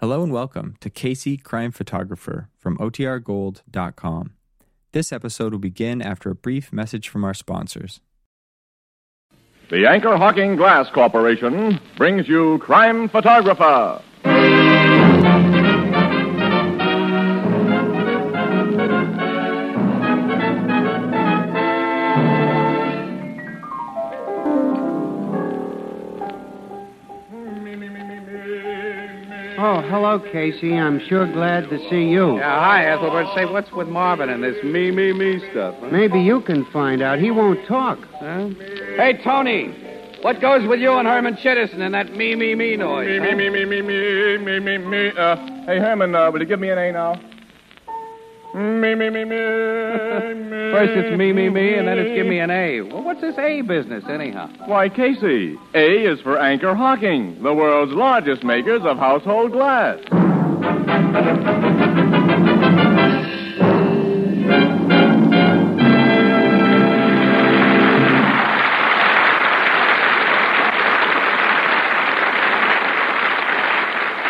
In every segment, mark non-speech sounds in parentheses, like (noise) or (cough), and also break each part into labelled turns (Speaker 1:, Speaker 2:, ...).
Speaker 1: Hello and welcome to Casey Crime Photographer from OTRGold.com. This episode will begin after a brief message from our sponsors.
Speaker 2: The Anchor Hawking Glass Corporation brings you Crime Photographer.
Speaker 3: Oh, hello, Casey. I'm sure glad to see you.
Speaker 4: Yeah, hi, Ethelbert. Say, what's with Marvin and this me, me, me stuff? Huh?
Speaker 3: Maybe you can find out. He won't talk.
Speaker 4: Huh? Hey, Tony, what goes with you and Herman Chittison and that me, me, me noise?
Speaker 2: Me,
Speaker 4: huh?
Speaker 2: me, me, me, me, me, me, me, me. Uh, hey, Herman, uh, will you give me an A now? Me, me, me, me, me.
Speaker 4: First it's me, me, me, and then it's give me an A. Well, what's this A business, anyhow?
Speaker 2: Why, Casey, A is for Anchor Hawking, the world's largest makers of household glass.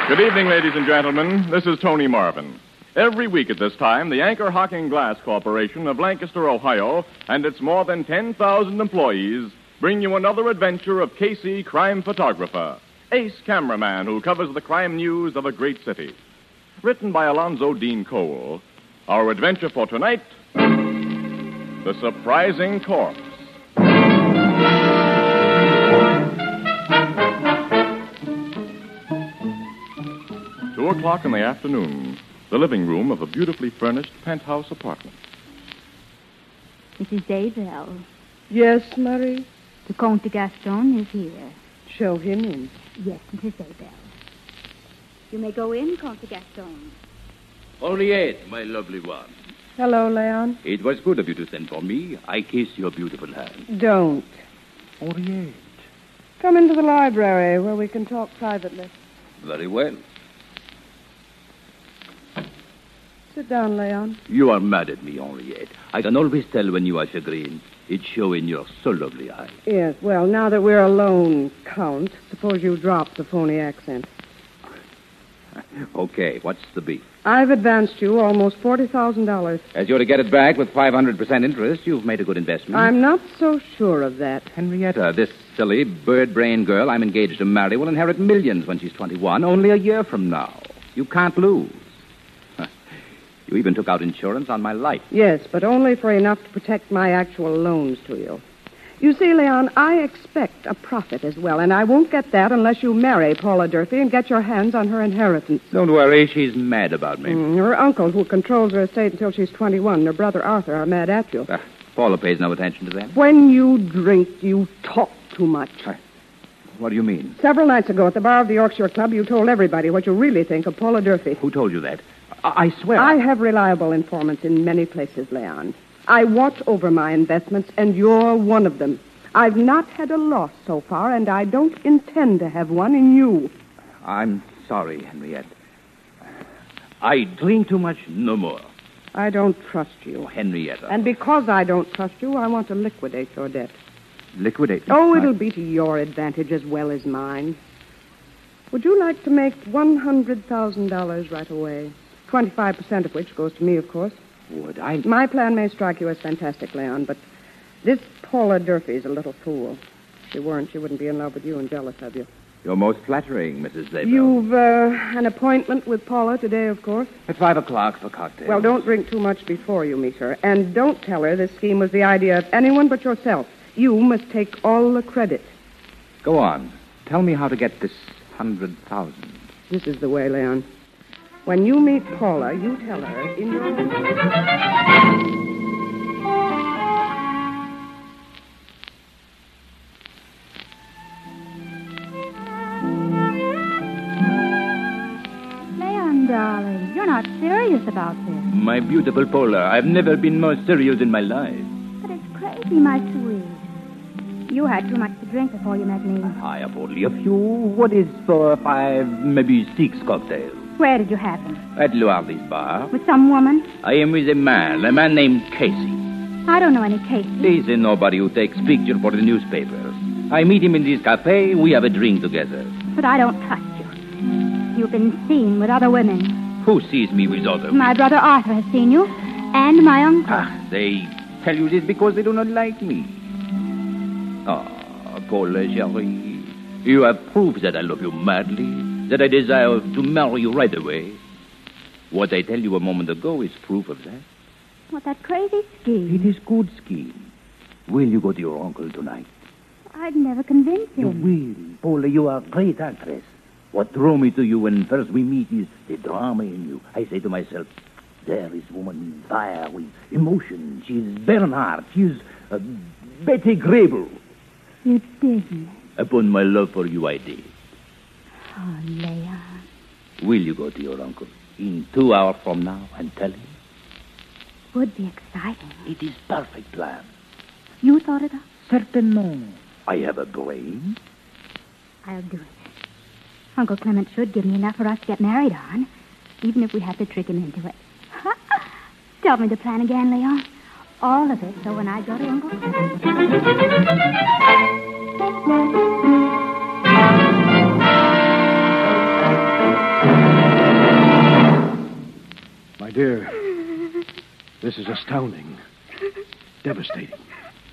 Speaker 2: Good evening, ladies and gentlemen. This is Tony Marvin. Every week at this time, the Anchor Hocking Glass Corporation of Lancaster, Ohio, and its more than 10,000 employees bring you another adventure of Casey, crime photographer, ace cameraman who covers the crime news of a great city. Written by Alonzo Dean Cole, our adventure for tonight The Surprising Corpse. Two o'clock in the afternoon, the living room of a beautifully furnished penthouse apartment.
Speaker 5: Mrs. Daybell,
Speaker 6: Yes, Murray.
Speaker 5: the Comte de Gaston is here.
Speaker 6: Show him in.
Speaker 5: Yes, Mrs. Daybell. You may go in, Comte de Gaston.
Speaker 7: Henriette, my lovely one.
Speaker 6: Hello, Leon.
Speaker 7: It was good of you to send for me. I kiss your beautiful hand.
Speaker 6: Don't.
Speaker 7: Henriette.
Speaker 6: Come into the library where we can talk privately.
Speaker 7: Very well.
Speaker 6: Sit down, Leon.
Speaker 7: You are mad at me, Henriette. I can always tell when you are chagrined. It show in your so lovely eye. (laughs)
Speaker 6: Yes, well, now that we're alone, Count, suppose you drop the phony accent.
Speaker 7: Okay, what's the beef?
Speaker 6: I've advanced you almost $40,000.
Speaker 7: As you're to get it back with 500% interest, you've made a good investment.
Speaker 6: I'm not so sure of that.
Speaker 7: Hmm? Henrietta, this silly bird brain girl I'm engaged to marry will inherit millions when she's 21, only a year from now. You can't lose. (laughs) Huh. You even took out insurance on my life.
Speaker 6: Yes, but only for enough to protect my actual loans to you. You see, Leon, I expect a profit as well, and I won't get that unless you marry Paula Durfee and get your hands on her inheritance.
Speaker 7: Don't worry, she's mad about me.
Speaker 6: Mm, Her uncle, who controls her estate until she's 21, and her brother Arthur are mad at you.
Speaker 7: Ah, Paula pays no attention to them.
Speaker 6: When you drink, you talk too much.
Speaker 7: What do you mean?
Speaker 6: Several nights ago at the bar of the Yorkshire Club, you told everybody what you really think of Paula Durfee.
Speaker 7: Who told you that? I, I swear.
Speaker 6: I have reliable informants in many places, Leon. I watch over my investments, and you're one of them. I've not had a loss so far, and I don't intend to have one in you.
Speaker 7: I'm sorry, Henriette. I drink too much no more.
Speaker 6: I don't trust you.
Speaker 7: Oh, Henrietta.
Speaker 6: And because I don't trust you, I want to liquidate your debt.
Speaker 7: Liquidate.
Speaker 6: Oh,
Speaker 7: my-
Speaker 6: it'll be to your advantage as well as mine. Would you like to make $100,000 right away? 25% of which goes to me, of course.
Speaker 7: Would I?
Speaker 6: My plan may strike you as fantastic, Leon, but this Paula Durfee's a little fool. If she weren't, she wouldn't be in love with you and jealous of you.
Speaker 7: You're most flattering, Mrs. Zabel.
Speaker 6: You've uh, an appointment with Paula today, of course.
Speaker 7: At five o'clock for cocktails.
Speaker 6: Well, don't drink too much before you meet her, and don't tell her this scheme was the idea of anyone but yourself. You must take all the credit.
Speaker 7: Go on. Tell me how to get this hundred thousand.
Speaker 6: This is the way, Leon. When you meet Paula, you tell her in your.
Speaker 5: Leon, darling, you're not serious about this.
Speaker 7: My beautiful Paula, I've never been more serious in my life.
Speaker 5: But it's crazy, my sweet. You had too much to drink before you met me.
Speaker 7: I have only a few. What is for five, maybe six cocktails?
Speaker 5: Where did you have him?
Speaker 7: At Luardi's bar.
Speaker 5: With some woman?
Speaker 7: I am with a man, a man named Casey.
Speaker 5: I don't know any case.
Speaker 7: He's a nobody who takes picture for the newspapers. I meet him in this cafe. We have a drink together.
Speaker 5: But I don't trust you. You You've been seen with other women.
Speaker 7: Who sees me with other?
Speaker 5: My brother Arthur has seen you, and my uncle.
Speaker 7: Ah, they tell you this because they do not like me. Ah, Paul Jerry, you have proved that I love you madly, that I desire to marry you right away. What I tell you a moment ago is proof of that.
Speaker 5: What that crazy scheme.
Speaker 7: It is good scheme. Will you go to your uncle tonight?
Speaker 5: I'd never convince him.
Speaker 7: will. Paula, you are a great actress. What drew me to you when first we meet is the drama in you. I say to myself, there is woman fire with emotion. She is Bernard. She is uh, Betty Grable.
Speaker 5: You didn't.
Speaker 7: Upon my love for you, I did.
Speaker 5: Oh, Leon.
Speaker 7: Will you go to your uncle in two hours from now and tell him?
Speaker 5: Would be exciting.
Speaker 7: It is perfect plan.
Speaker 5: You thought it up?
Speaker 7: Certainement. I have a brain.
Speaker 5: I'll do it. Uncle Clement should give me enough for us to get married on, even if we have to trick him into it. (laughs) Tell me the plan again, Leon. All of it, so when I go to Uncle
Speaker 8: My dear, this is astounding. Devastating.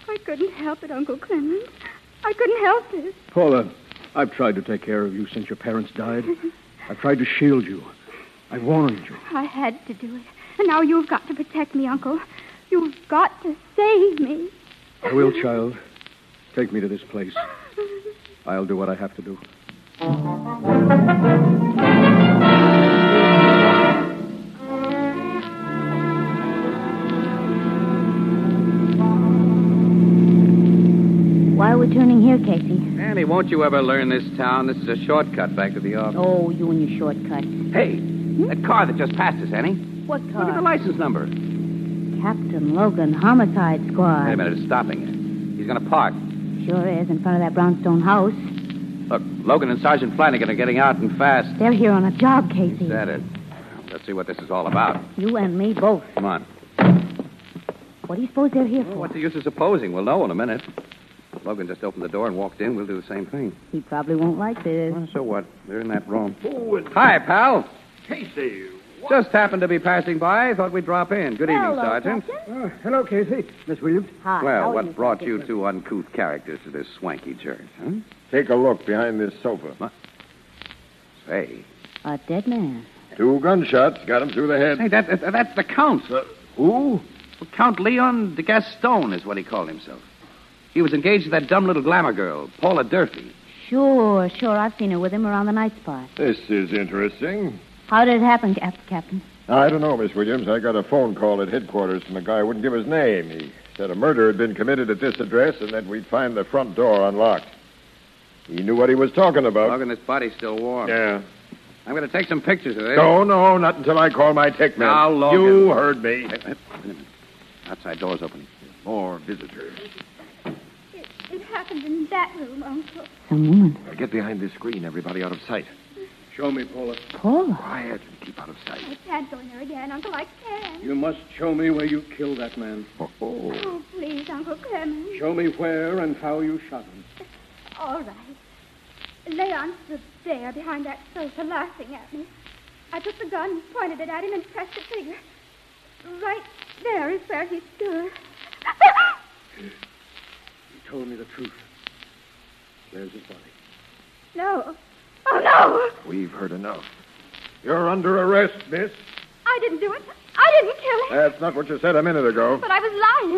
Speaker 5: I couldn't help it, Uncle Clement. I couldn't help it.
Speaker 8: Paula, I've tried to take care of you since your parents died. I've tried to shield you. I warned you.
Speaker 5: I had to do it. And now you've got to protect me, Uncle. You've got to save me.
Speaker 8: I will, child. Take me to this place. I'll do what I have to do.
Speaker 9: Why are we turning here, Casey?
Speaker 4: Annie, won't you ever learn this town? This is a shortcut back to the office.
Speaker 9: Oh, you and your shortcuts.
Speaker 4: Hey, that car that just passed us, Annie.
Speaker 9: What
Speaker 4: Look at the license number.
Speaker 9: Captain Logan, Homicide Squad.
Speaker 4: Wait a minute, it's stopping it. He's going to park.
Speaker 9: Sure is, in front of that brownstone house.
Speaker 4: Look, Logan and Sergeant Flanagan are getting out and fast.
Speaker 9: They're here on a job, Casey.
Speaker 4: Is that it? Let's see what this is all about.
Speaker 9: You and me both.
Speaker 4: Come on.
Speaker 9: What do you suppose they're here
Speaker 4: Well,
Speaker 9: for?
Speaker 4: what's the use of supposing? We'll know in a minute. Logan just opened the door and walked in. We'll do the same thing.
Speaker 9: He probably won't like this.
Speaker 4: Well, so what? They're in that room. Hi, pal.
Speaker 8: Casey.
Speaker 4: Just happened to be passing by. Thought we'd drop in. Good evening,
Speaker 9: Hello,
Speaker 4: Sergeant.
Speaker 8: Uh, hello, Casey. Miss Williams.
Speaker 9: Hi. how
Speaker 4: Well,
Speaker 9: are
Speaker 4: what brought you
Speaker 9: Captain?
Speaker 4: two uncouth characters to this swanky church, huh?
Speaker 10: Take a look behind this sofa.
Speaker 4: Say.
Speaker 9: A dead man.
Speaker 10: Two gunshots got him through the head. Uh,
Speaker 4: Hey, that, that- that's the Count.
Speaker 10: Who?
Speaker 4: Count Leon de Gaston is what he called himself. He was engaged to that dumb little glamour girl, Paula Durfee.
Speaker 9: Sure, sure. I've seen her with him around the night spot.
Speaker 10: This is interesting.
Speaker 9: How did it happen, Cap- Captain?
Speaker 10: I don't know, Miss Williams. I got a phone call at headquarters from a guy who wouldn't give his name. He said a murder had been committed at this address and that we'd find the front door unlocked. He knew what he was talking about.
Speaker 4: Logan, this body's still warm.
Speaker 10: Uh, Yeah.
Speaker 4: I'm going to take some pictures of it.
Speaker 10: No, no, not until I call my tech man.
Speaker 4: Now, Logan.
Speaker 10: You heard me.
Speaker 4: Outside door's open.
Speaker 10: More visitors.
Speaker 5: It, it happened in that room, Uncle.
Speaker 9: Some woman.
Speaker 10: Get behind this screen, everybody out of sight.
Speaker 8: Show me, Paula.
Speaker 9: Paula.
Speaker 10: Quiet and keep out of sight.
Speaker 5: I can't go in there again, Uncle. I can't.
Speaker 8: You must show me where you killed that man.
Speaker 10: Oh.
Speaker 5: Oh, please, Uncle Clement.
Speaker 8: Show me where and how you shot him.
Speaker 5: All right. Leon stood there behind that sofa laughing at me. I took the gun, pointed it at him, and pressed the trigger. Right there is where he stood.
Speaker 8: You told me the truth. Where's his body?
Speaker 5: no. Oh, no!
Speaker 10: We've heard enough. You're under arrest, miss.
Speaker 5: I didn't do it. I didn't kill him.
Speaker 10: That's not what you said a minute ago.
Speaker 5: But I was lying.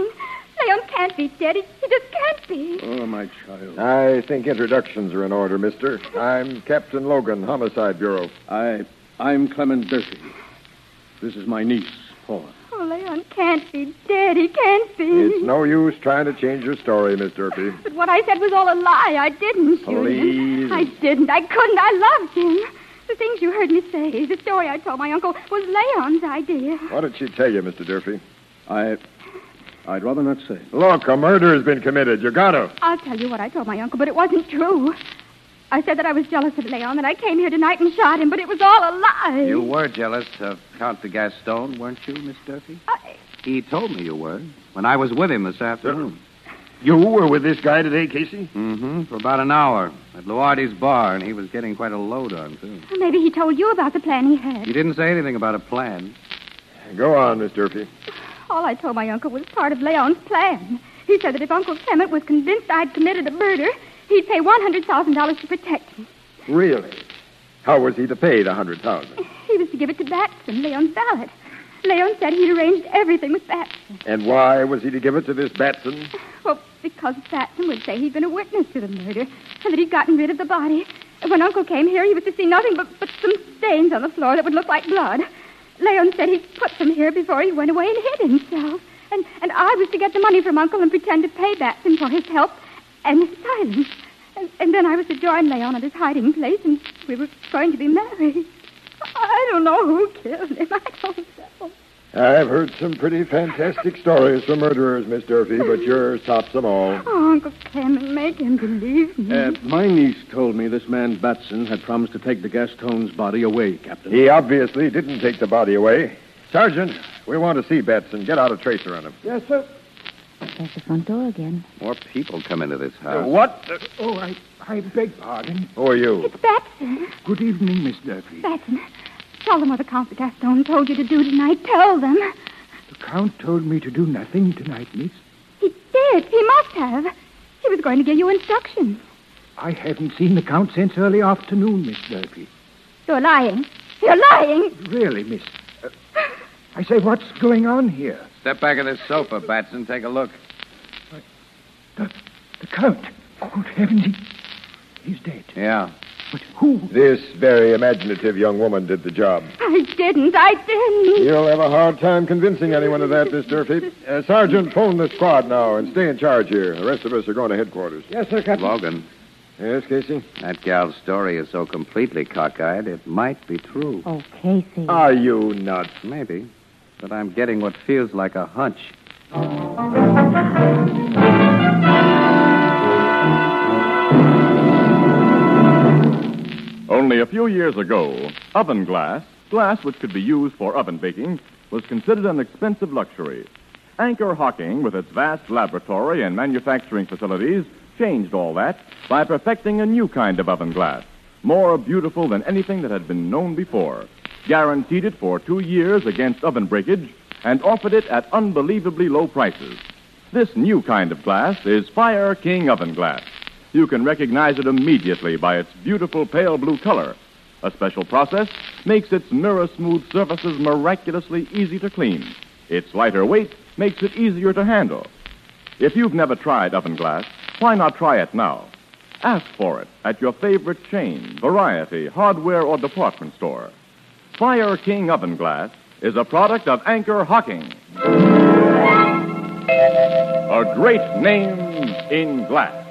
Speaker 5: Leon can't be dead. He, he just can't be.
Speaker 10: Mm.
Speaker 8: Oh, my child.
Speaker 10: I think introductions are in order, mister. I'm Captain Logan, Homicide Bureau.
Speaker 8: I, I'm Clement Durfee. This is my niece, Paula.
Speaker 5: Oh, Leon can't be dead. He can't be.
Speaker 10: It's no use trying to change your story, Miss Durfee.
Speaker 5: But what I said was all a lie. I didn't shoot
Speaker 10: Please.
Speaker 5: him. I didn't. I couldn't. I loved him. The things you heard me say, the story I told my uncle was Leon's idea.
Speaker 10: What did she tell you, Mr. Durfee?
Speaker 8: I, I'd rather not say.
Speaker 10: Look, a murder has been committed. You gotta.
Speaker 5: I'll tell you what I told my uncle, but it wasn't true. I said that I was jealous of Leon, and I came here tonight and shot him, but it was all a lie.
Speaker 4: You were jealous of Count de Gaston, weren't you, Miss Durfee?
Speaker 5: I-
Speaker 4: He told me you were when I was with him this afternoon.
Speaker 11: You were with this guy today, Casey?
Speaker 4: Mm-hmm. For about an hour at Luardi's bar, and he was getting quite a load on, too.
Speaker 5: Maybe he told you about the plan he had.
Speaker 4: You didn't say anything about a plan.
Speaker 10: Go on, Miss Durfee.
Speaker 5: All I told my uncle was part of Leon's plan. He said that if Uncle Clement was convinced I'd committed a murder, he'd pay $100,000 to protect me.
Speaker 10: Really? How was he to pay the hundred thousand?
Speaker 5: He was to give it to Batson, Leon's valet. Leon said he'd arranged everything with Batson.
Speaker 10: And why was he to give it to this Batson?
Speaker 5: Well, because Batson would say he'd been a witness to the murder and that he'd gotten rid of the body. And When Uncle came here, he was to see nothing but, but some stains on the floor that would look like blood. Leon said he'd put them here before he went away and hid himself. And, and I was to get the money from Uncle and pretend to pay Batson for his help and his silence. And, and then I was to join Leon at his hiding place, and we were going to be married. I don't know who killed him. I don't know.
Speaker 10: I've heard some pretty fantastic stories from murderers, Miss Durfee, but yours tops them all.
Speaker 5: Oh, Uncle Clement, make him believe me.
Speaker 8: Uh, my niece told me this man Batson had promised to take the Gaston's body away, Captain.
Speaker 10: He obviously didn't take the body away. Sergeant, we want to see Batson. Get out a tracer on him.
Speaker 9: Yes, sir. There's the front door again.
Speaker 4: More people come into this
Speaker 8: Uh,
Speaker 4: house.
Speaker 10: Uh, What?
Speaker 12: Oh, I, I beg pardon.
Speaker 10: Who are you?
Speaker 5: Batson,
Speaker 12: Good evening, Miss Durfee.
Speaker 5: Batson, tell them what the Count de Gaston told you to do tonight. Tell them.
Speaker 12: The Count told me to do nothing tonight, Miss.
Speaker 5: He did. He must have. He was going to give you instructions.
Speaker 12: I haven't seen the Count since early afternoon, Miss Durfee.
Speaker 5: You're lying. You're lying.
Speaker 12: Really, Miss. Uh, I say, what's going on here?
Speaker 4: Step back of this sofa, Batson. Take a look.
Speaker 12: The Count. Good heavens, he, he's dead.
Speaker 4: Yeah.
Speaker 10: Who? This very imaginative young woman did the job.
Speaker 5: I didn't. I didn't.
Speaker 10: You'll have a hard time convincing anyone of that, Miss Durfee. Uh, Sergeant, phone the squad now and stay in charge here. The rest of us are going to headquarters.
Speaker 12: Yes, sir, Captain.
Speaker 4: Logan.
Speaker 10: Yes, Casey?
Speaker 4: That gal's story is so completely cockeyed, it might be true.
Speaker 9: Oh, Casey.
Speaker 10: Are you nuts?
Speaker 4: Maybe. But I'm getting what feels like a hunch.
Speaker 2: Only a few years ago, oven glass, glass which could be used for oven baking, was considered an expensive luxury. Anchor Hocking, with its vast laboratory and manufacturing facilities, changed all that by perfecting a new kind of oven glass, more beautiful than anything that had been known before. Guaranteed it for two years against oven breakage and offered it at unbelievably low prices. This new kind of glass is Fire King Oven Glass. You can recognize it immediately by its beautiful pale blue color. A special process makes its mirror smooth surfaces miraculously easy to clean. Its lighter weight makes it easier to handle. If you've never tried oven glass, why not try it now? Ask for it at your favorite chain, variety, hardware, or department store. Fire King Oven Glass is a product of Anchor Hocking. A great name in glass.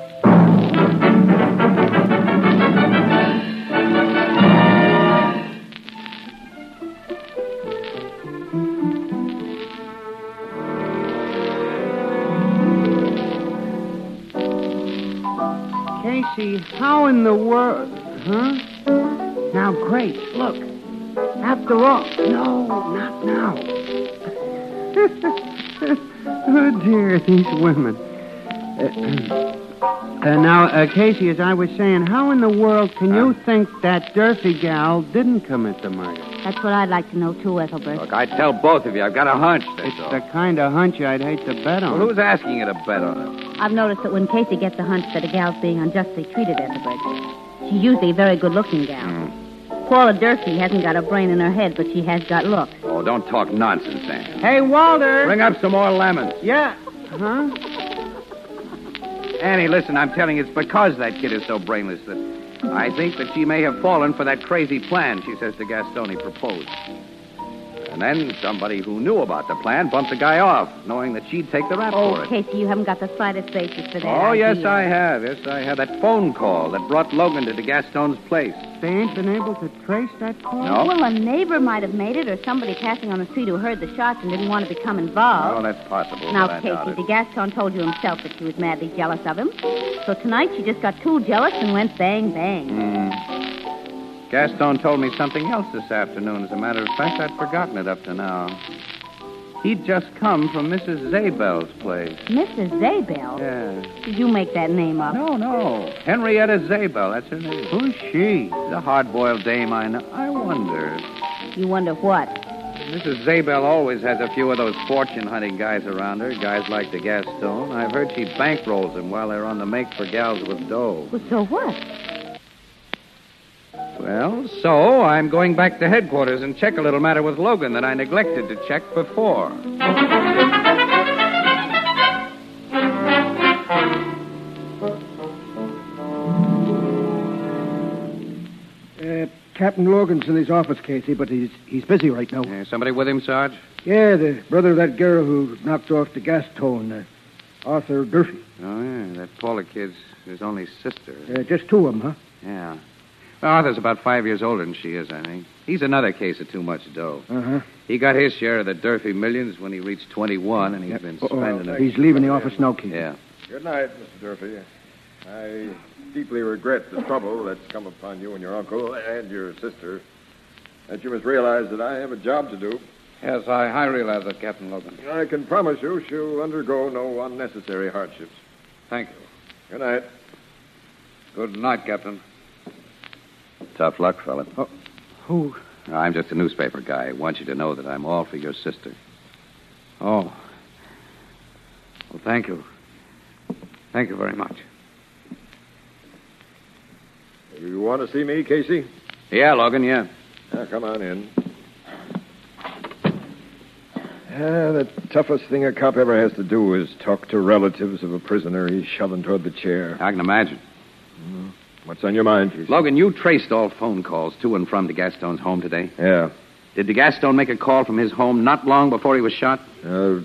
Speaker 3: Casey, how in the world? Huh? Now, great. Look. After all. No, not now. (laughs) oh, dear, these women. Uh, (clears throat) uh, now, uh, Casey, as I was saying, how in the world can
Speaker 4: Uh.
Speaker 3: you think that Durfee gal didn't commit the murder?
Speaker 9: That's what I'd like to know, too, Ethelbert.
Speaker 4: Look, I tell both of you, I've got a hunch. That's all.
Speaker 3: The kind of hunch I'd hate to bet on.
Speaker 4: Well, who's asking you to bet on it?
Speaker 9: I've noticed that when Casey gets a hunch that a gal's being unjustly treated, Ethelbert, she's usually a very good looking gal.
Speaker 4: Hmm.
Speaker 9: Paula Durfee hasn't got a brain in her head, but she has got looks.
Speaker 4: Oh, don't talk nonsense, Dan.
Speaker 3: Hey, Walter.
Speaker 4: Bring up some more lemons.
Speaker 3: Yeah. Huh?
Speaker 4: Annie, listen, I'm telling you, it's because that kid is so brainless that I think that she may have fallen for that crazy plan she says to Gaston he proposed. And then somebody who knew about the plan bumped the guy off, knowing that she'd take the rap for
Speaker 9: Oh,
Speaker 4: it.
Speaker 9: Casey, you haven't got the slightest basis for that.
Speaker 4: Oh, yes,
Speaker 9: idea.
Speaker 4: I have. Yes, I have. That phone call that brought Logan to the Gaston's place.
Speaker 3: They ain't been able to trace that call?
Speaker 4: No.
Speaker 9: Oh, Well, a neighbor might have made it, or somebody passing on the street who heard the shots and didn't want to become involved.
Speaker 4: Oh, that's possible. but
Speaker 9: now,
Speaker 4: I doubt
Speaker 9: Casey,
Speaker 4: it.
Speaker 9: de Gaston told you himself that she was madly jealous of him. So tonight she just got too jealous and went bang, bang.
Speaker 4: Hmm. Gaston told me something else this afternoon. As a matter of fact, I'd forgotten it up to now. He'd just come from Mrs. Zabel's place.
Speaker 9: Mrs. Zabel?
Speaker 4: Yeah.
Speaker 9: Did you make that name up?
Speaker 4: No, no. Oh, Henrietta Zabel, that's her name. Who's she? The hard-boiled dame I know. I wonder.
Speaker 9: You wonder what?
Speaker 4: Mrs. Zabel always has a few of those fortune-hunting guys around her, guys like the Gaston. I've heard she bankrolls them while they're on the make for gals with dough.
Speaker 9: Well, so what?
Speaker 4: Well, so I'm going back to headquarters and check a little matter with Logan that I neglected to check before.
Speaker 12: Uh, Captain Logan's in his office, Casey, but he's he's busy right now.
Speaker 4: Yeah, somebody with him, Sarge?
Speaker 12: Yeah, the brother of that girl who knocked off the gas tone, uh, Arthur Durfee.
Speaker 4: Oh, yeah, that Paula kid's his only sister.
Speaker 12: Uh, just two of them, huh?
Speaker 4: Yeah. Well, Arthur's about five years older than she is, I think. He's another case of too much dough.
Speaker 12: Uh-huh.
Speaker 4: He got his share of the Durfee millions when he reached 21, and he's been spending
Speaker 12: Uh,
Speaker 4: it.
Speaker 12: he's leaving the office now, Casey.
Speaker 4: Yeah.
Speaker 10: Good night, Mr. Durfee. I deeply regret the trouble that's come upon you and your uncle and your sister. That you must realize that I have a job to do.
Speaker 4: Yes, I, I realize that, Captain Logan.
Speaker 10: I can promise you she'll undergo no unnecessary hardships.
Speaker 4: Thank you.
Speaker 10: Good night.
Speaker 4: Good night, Captain. Tough luck, fella.
Speaker 12: Who?
Speaker 4: I'm just a newspaper guy. I want you to know that I'm all for your sister. Oh. Well, thank you. Thank you very much.
Speaker 10: You want to see me, Casey?
Speaker 4: Yeah, Logan, yeah.
Speaker 10: Yeah, come on in. Yeah, Ah, the toughest thing a cop ever has to do is talk to relatives of a prisoner he's shoving toward the chair.
Speaker 4: I can imagine.
Speaker 10: Mm-hmm. What's on your mind, Casey?
Speaker 4: Logan, you traced all phone calls to and from the Gaston's home today.
Speaker 10: Yeah.
Speaker 4: Did the Gaston make a call from his home not long before he was shot?
Speaker 10: Uh,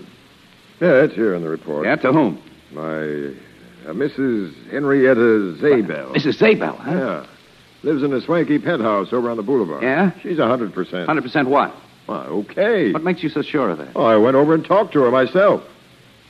Speaker 10: yeah, it's here in the report.
Speaker 4: Yeah, to whom?
Speaker 10: My uh, Mrs. Henrietta Zabel.
Speaker 4: Mrs. Zabel, huh?
Speaker 10: Yeah. Lives in a swanky penthouse over on the boulevard.
Speaker 4: Yeah?
Speaker 10: She's 100%.
Speaker 4: 100% what?
Speaker 10: Why, okay.
Speaker 4: What makes you so sure of that?
Speaker 10: Oh, I went over and talked to her myself.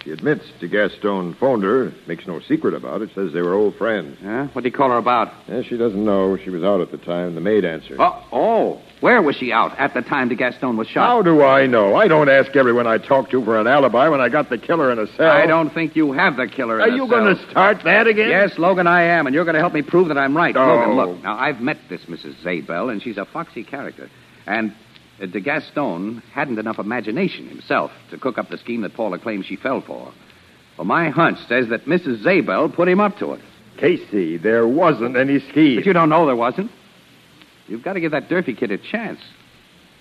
Speaker 10: She admits to Gaston phoned her, makes no secret about it, says they were old friends.
Speaker 4: Yeah? What'd he call her about?
Speaker 10: Yeah, she doesn't know. She was out at the time. The maid answered.
Speaker 4: Oh, oh. Where was she out at the time the Gaston was shot?
Speaker 10: How do I know? I don't ask everyone I talk to for an alibi when I got the killer in a cell.
Speaker 4: I don't think you have the killer.
Speaker 10: Are you
Speaker 4: going
Speaker 10: to start that again?
Speaker 4: Yes, Logan, I am, and you're going to help me prove that I'm right.
Speaker 10: No.
Speaker 4: Logan, look. Now, I've met this Mrs. Zabel, and she's a foxy character. And uh, de Gaston hadn't enough imagination himself to cook up the scheme that Paula claims she fell for. Well, my hunch says that Mrs. Zabel put him up to it.
Speaker 10: Casey, there wasn't any scheme.
Speaker 4: But you don't know there wasn't. You've got to give that Durfee kid a chance.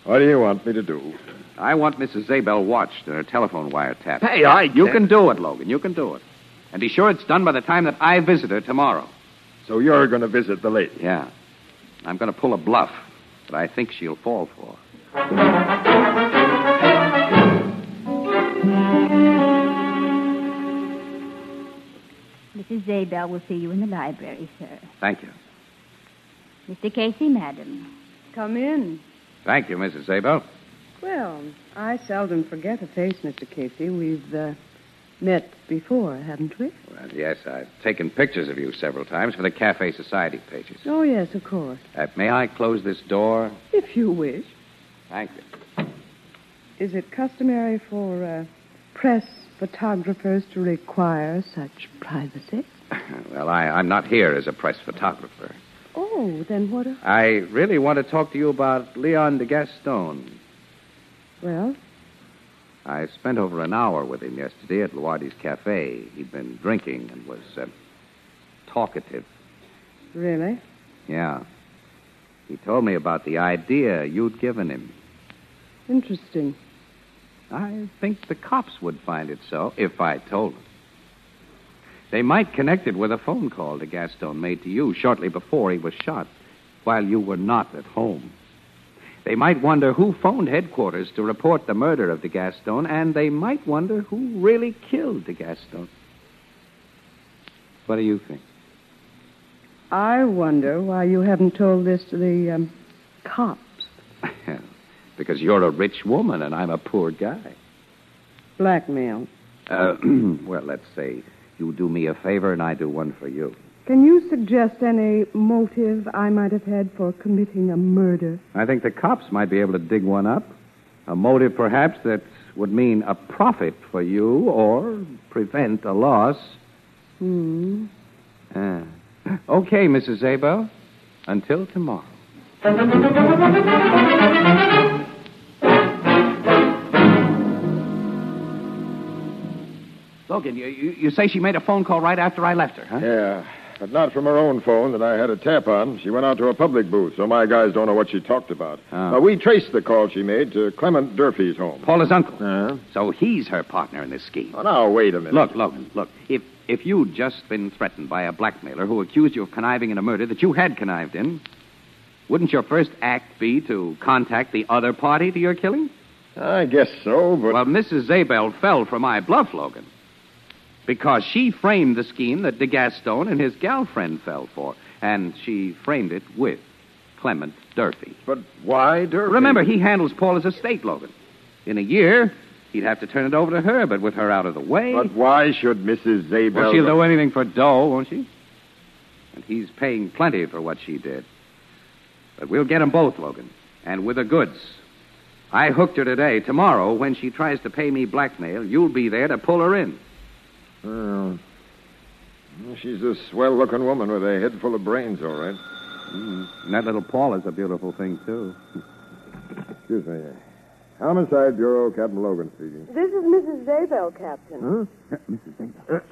Speaker 10: What do you want me to do?
Speaker 4: I want Mrs. Zabel watched and her telephone wire tapped.
Speaker 10: Hey, I-
Speaker 4: You can do it, Logan. You can do it. And be sure it's done by the time that I visit her tomorrow.
Speaker 10: So you're going to visit the lady.
Speaker 4: Yeah. I'm going to pull a bluff that I think she'll fall for.
Speaker 5: Mrs. Zabel will see you in the library, sir.
Speaker 4: Thank you.
Speaker 5: Mr. Casey, madam.
Speaker 6: Come in.
Speaker 4: Thank you, Mrs. Zabel.
Speaker 6: Well, I seldom forget a face, Mr. Casey. We've uh, met before, haven't we?
Speaker 4: Well, yes, I've taken pictures of you several times for the Cafe Society pages.
Speaker 6: Oh, yes, of course.
Speaker 4: Uh, may I close this door?
Speaker 6: If you wish.
Speaker 4: Thank you.
Speaker 6: Is it customary for uh, press photographers to require such privacy?
Speaker 4: Well, I, I'm not here as a press photographer.
Speaker 6: Oh, then what? A...
Speaker 4: I really want to talk to you about Leon de Gaston.
Speaker 6: Well,
Speaker 4: I spent over an hour with him yesterday at Luardi's Cafe. He'd been drinking and was uh, talkative.
Speaker 6: really?
Speaker 4: Yeah. He told me about the idea you'd given him.
Speaker 6: Interesting.
Speaker 4: I think the cops would find it so if I told them. They might connect it with a phone call to Gaston made to you shortly before he was shot, while you were not at home. They might wonder who phoned headquarters to report the murder of the Gaston, and they might wonder who really killed the Gaston. What do you think? (laughs)
Speaker 6: I wonder why you haven't told this to the um, cops.
Speaker 4: because you're a rich woman and I'm a poor guy.
Speaker 6: Blackmail.
Speaker 4: Uh, (clears throat) well, let's say you do me a favor and I do one for you.
Speaker 6: Can you suggest any motive I might have had for committing a murder?
Speaker 4: I think the cops might be able to dig one up. A motive, perhaps, that would mean a profit for you or prevent a loss.
Speaker 6: Hmm.
Speaker 4: Ah. Okay, Mrs. Zabel. Until tomorrow. Logan, you, you, you say she made a phone call right after I left her, huh?
Speaker 10: Yeah, but not from her own phone that I had a tap on. She went out to a public booth, so my guys don't know what she talked about.
Speaker 4: Ah. Uh,
Speaker 10: But we traced the call she made to Clement Durfee's home.
Speaker 4: Paula's uncle. So he's her partner in this scheme.
Speaker 10: Oh, Uh-huh. now, wait a minute.
Speaker 4: Look, Logan, look. If if you'd just been threatened by a blackmailer who accused you of conniving in a murder that you had connived in, wouldn't your first act be to contact the other party to your killing?
Speaker 10: I guess so, but.
Speaker 4: Well, Mrs. Zabel fell for my bluff, Logan. Because she framed the scheme that De Gaston and his gal friend fell for, and she framed it with Clement Durfee.
Speaker 10: But why Durfee?
Speaker 4: Remember, he handles Paula's estate, Logan. In a year, he'd have to turn it over to her, but with her out of the way.
Speaker 10: But why should Mrs. Zabel.
Speaker 4: Well, she'll do anything for dough, won't she? And he's paying plenty for what she did. But we'll get 'em both, Logan, and with the goods. I hooked her today. Tomorrow, when she tries to pay me blackmail, you'll be there to pull her in.
Speaker 10: Well, she's a swell looking woman with a head full of brains, all right.
Speaker 4: Hmm, And that little Paula's a beautiful thing, too.
Speaker 10: Excuse me. Homicide Bureau, Captain Logan speaking.
Speaker 13: This is Mrs. Zabel, Captain.
Speaker 4: (clears throat)
Speaker 10: Mrs.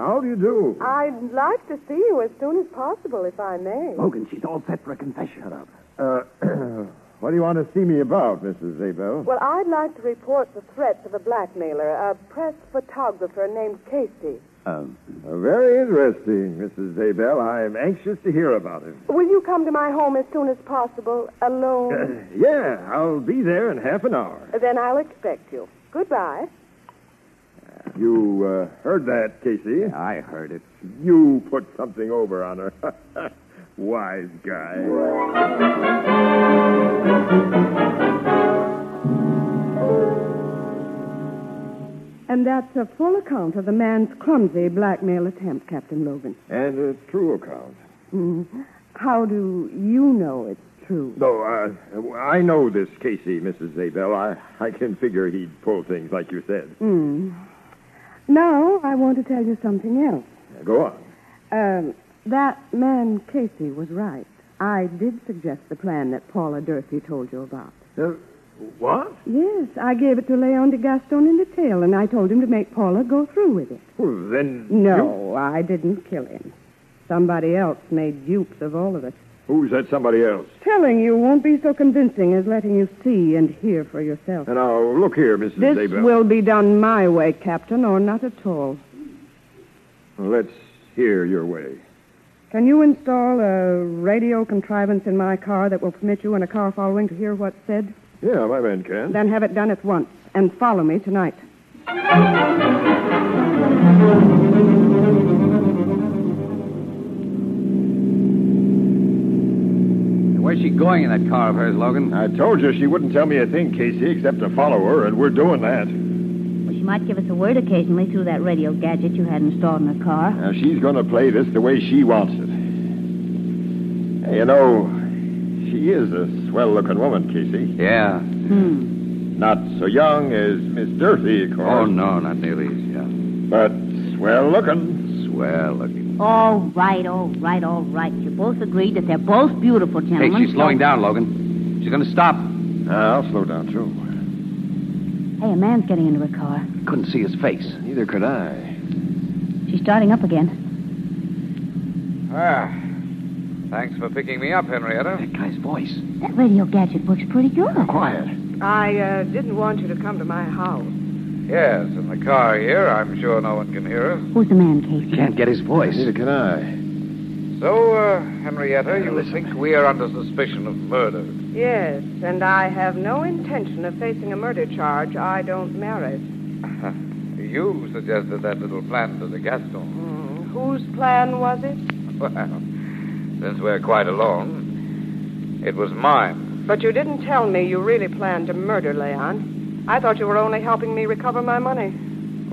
Speaker 10: (clears throat) How do you do?
Speaker 13: I'd like to see you as soon as possible, if I may.
Speaker 10: Logan, she's all set for a confession. Shut up. Uh, (clears throat) what do you want to see me about, Mrs. Zabel?
Speaker 13: Well, I'd like to report the threats of a blackmailer, a press photographer named Casey.
Speaker 10: Um, very interesting, Mrs. Zabel. I'm anxious to hear about him.
Speaker 13: Will you come to my home as soon as possible,
Speaker 10: Oh.
Speaker 13: alone?
Speaker 10: (clears throat) yeah, I'll be there in half an hour.
Speaker 13: then I'll expect you. Goodbye.
Speaker 10: You uh, heard that, Casey?
Speaker 4: I heard it.
Speaker 10: You put something over on her. (laughs) Wise guy.
Speaker 6: And that's a full account of the man's clumsy blackmail attempt, Captain Logan.
Speaker 10: And a true account.
Speaker 6: Hmm. How do you know it's true?
Speaker 10: No, uh, I know this Casey, Mrs. Zabel. I, I can figure he'd pull things like you said.
Speaker 6: Hmm. Now I want to tell you something else.
Speaker 10: Uh, Go on.
Speaker 6: Um, that man Casey was right. I did suggest the plan that Paula Durfee told you about.
Speaker 10: what?
Speaker 6: Yes, I gave it to Leon de Gaston in detail, and I told him to make Paula go through with it.
Speaker 10: Well, then.
Speaker 6: No, I didn't kill him. Somebody else made dupes of all of us.
Speaker 10: Who's that somebody else?
Speaker 6: Telling you won't be so convincing as letting you see and hear for yourself.
Speaker 10: Now, look here, Mrs.
Speaker 6: This
Speaker 10: Zabel.
Speaker 6: will be done my way, Captain, or not at all.
Speaker 10: Let's hear your way.
Speaker 6: Can you install a radio contrivance in my car that will permit you in a car following to hear what's said?
Speaker 10: Yeah, my man can.
Speaker 6: Then have it done at once, and follow me tonight.
Speaker 4: Where's she going in that car of hers, Logan?
Speaker 10: I told you she wouldn't tell me a thing, Casey, except to follow her, and we're doing that.
Speaker 9: Well, she might give us a word occasionally through that radio gadget you had installed in the car.
Speaker 10: Now, she's going to play this the way she wants it. Hey, you know, she is a swell looking woman, Casey.
Speaker 4: Yeah.
Speaker 9: Hmm.
Speaker 10: Not so young as Miss Durfee, of course. Oh,
Speaker 4: no, not nearly as young.
Speaker 10: But swell looking.
Speaker 4: Swell looking.
Speaker 9: All right, all right, all right. You both agreed that they're both beautiful
Speaker 4: Hey,
Speaker 9: gentlemen.
Speaker 4: she's slowing down, Logan. She's going to stop.
Speaker 10: Ah, I'll slow down, too.
Speaker 9: Hey, a man's getting into a car.
Speaker 4: Couldn't see his face.
Speaker 10: Neither could I.
Speaker 9: She's starting up again.
Speaker 4: Ah. Thanks for picking me up, Henrietta. That guy's voice.
Speaker 9: That radio gadget works pretty good.
Speaker 4: Quiet.
Speaker 13: I uh, didn't want you to come to my house.
Speaker 11: Yes, in the car here. I'm sure no one can hear us.
Speaker 9: Who's the man, Casey?
Speaker 4: Can't get his voice.
Speaker 10: Neither can I.
Speaker 11: So, uh, Henrietta, you think we are under suspicion of murder. (laughs)
Speaker 13: Yes, and I have no intention of facing a murder charge. I don't marry.
Speaker 11: you suggested that little plan to the Gaston.
Speaker 13: Whose plan was it?
Speaker 11: (laughs) Well, since we're quite alone, it was mine.
Speaker 13: But you didn't tell me you really planned to murder Leon. I thought you were only helping me recover my money.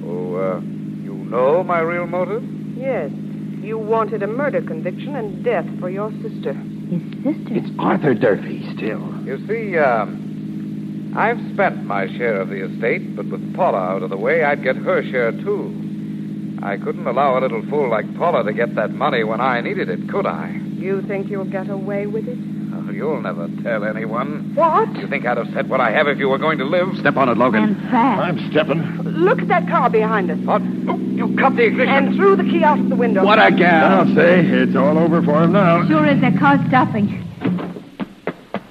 Speaker 11: Oh, uh, you know my real motive?
Speaker 13: Yes. You wanted a murder conviction and death for your sister.
Speaker 9: His sister?
Speaker 4: Arthur Durfee, still.
Speaker 11: You see, um, I've spent my share of the estate, but with Paula out of the way, I'd get her share too. I couldn't allow a little fool like Paula to get that money when I needed it, could I?
Speaker 13: You think you'll get away with it?
Speaker 11: Oh, you'll never tell anyone.
Speaker 13: What?
Speaker 11: You think I'd have said what I have if you were going to live?
Speaker 4: Step on it, Logan.
Speaker 11: And
Speaker 13: fast.
Speaker 11: I'm stepping.
Speaker 13: Look at that car behind us.
Speaker 11: What? You cut the ignition.
Speaker 13: And threw the key out of the window.
Speaker 10: I'll say, it's all over for him now.
Speaker 9: Sure is that car stopping.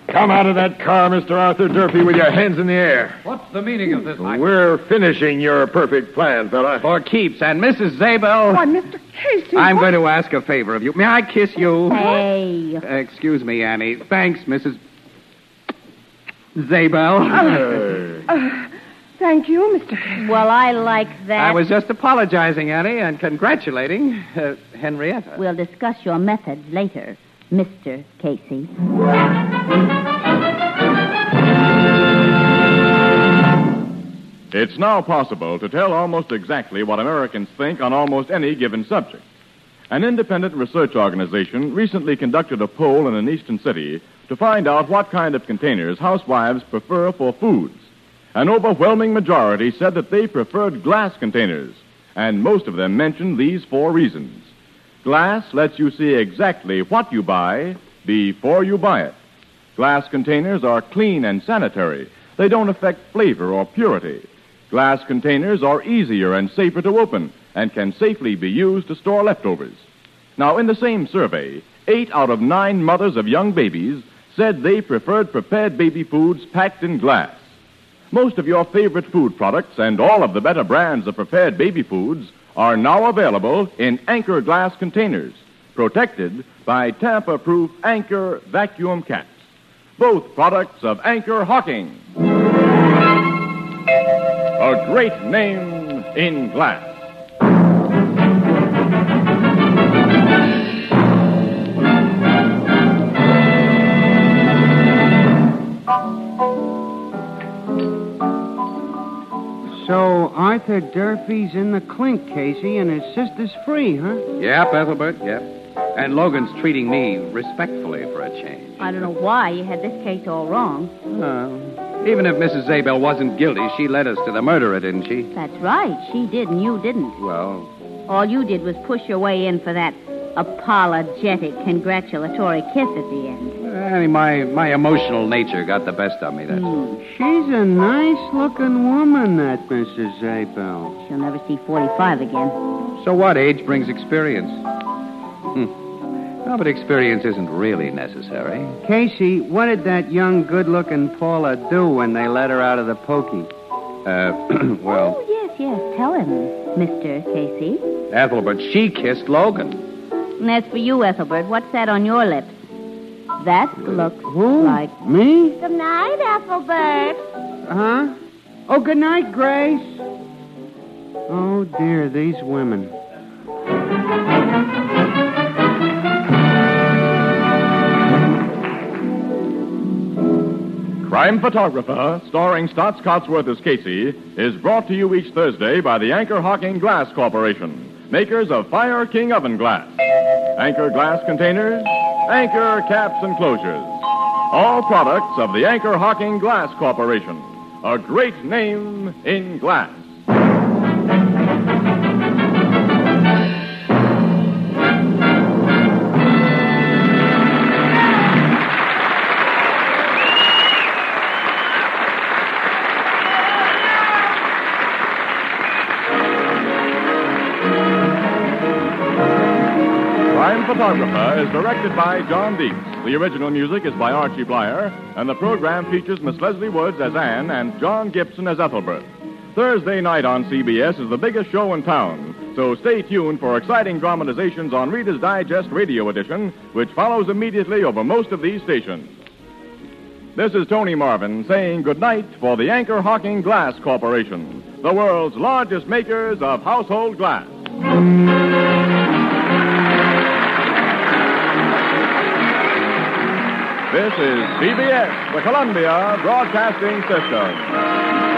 Speaker 10: Come out of that car, Mr. Arthur Durfee, with your hands in the air.
Speaker 11: What's the meaning of this?
Speaker 10: We're finishing your perfect plan, fella.
Speaker 4: For keeps. And Mrs. Zabel.
Speaker 13: Why, Mr. Casey.
Speaker 4: I'm going to ask a favor of you. May I kiss you?
Speaker 9: Hey.
Speaker 4: Excuse me, Annie. Thanks, Mrs. Zabel.
Speaker 13: Uh, Thank you, Mr.
Speaker 9: Well, I like that.
Speaker 4: I was just apologizing, Annie, and congratulating uh, Henrietta.
Speaker 9: We'll discuss your methods later, Mr. Casey.
Speaker 2: It's now possible to tell almost exactly what Americans think on almost any given subject. An independent research organization recently conducted a poll in an eastern city to find out what kind of containers housewives prefer for foods. An overwhelming majority said that they preferred glass containers, and most of them mentioned these four reasons. Glass lets you see exactly what you buy before you buy it. Glass containers are clean and sanitary. They don't affect flavor or purity. Glass containers are easier and safer to open and can safely be used to store leftovers. Now, in the same survey, eight out of nine mothers of young babies said they preferred prepared baby foods packed in glass. Most of your favorite food products and all of the better brands of prepared baby foods are now available in anchor glass containers, protected by tamper proof anchor vacuum caps. Both products of Anchor Hawking. A great name in glass.
Speaker 3: So Arthur Durfee's in the clink, Casey, and his sister's free, huh?
Speaker 4: Yep, Ethelbert, yep. And Logan's treating me respectfully for a change.
Speaker 9: I don't know why you had this case all wrong.
Speaker 4: Well, even if Mrs. Zabel wasn't guilty, she led us to the murderer, didn't she?
Speaker 9: That's right. She did, and you didn't.
Speaker 4: Well,
Speaker 9: All you did was push your way in for that apologetic, congratulatory kiss at the end.
Speaker 4: Annie, eh, my, my emotional nature got the best of me then.
Speaker 3: Hmm. She's a nice looking woman, that Mrs. Zabel.
Speaker 9: She'll never see 45 again.
Speaker 4: So what? Age brings experience. Hmm. No, but experience isn't really necessary.
Speaker 3: Casey, what did that young, good looking Paula do when they let her out of the pokey?
Speaker 4: Uh, (clears throat) well,
Speaker 9: Oh, yes, yes. Tell him, Mr. Casey.
Speaker 4: Ethelbert, she kissed Logan.
Speaker 9: And as for you, Ethelbert, what's that on your lips? That looks like.
Speaker 3: Me?
Speaker 9: Good night, Ethelbert.
Speaker 3: Huh? Oh, good night, Grace. Oh, dear, these women.
Speaker 2: Crime Photographer, starring Stotts Cotsworth as Casey, is brought to you each Thursday by the Anchor Hawking Glass Corporation, makers of Fire King Oven Glass, Anchor Glass Containers, Anchor Caps and Closures. All products of the Anchor Hawking Glass Corporation, a great name in glass. Crime Photographer is directed by John Deeks. The original music is by Archie Blyer, and the program features Miss Leslie Woods as Anne and John Gibson as Ethelbert. Thursday night on CBS is the biggest show in town, so stay tuned for exciting dramatizations on Reader's Digest Radio Edition, which follows immediately over most of these stations. This is Tony Marvin saying goodnight for the Anchor Hawking Glass Corporation, the world's largest makers of household glass. This is CBS, the Columbia Broadcasting System.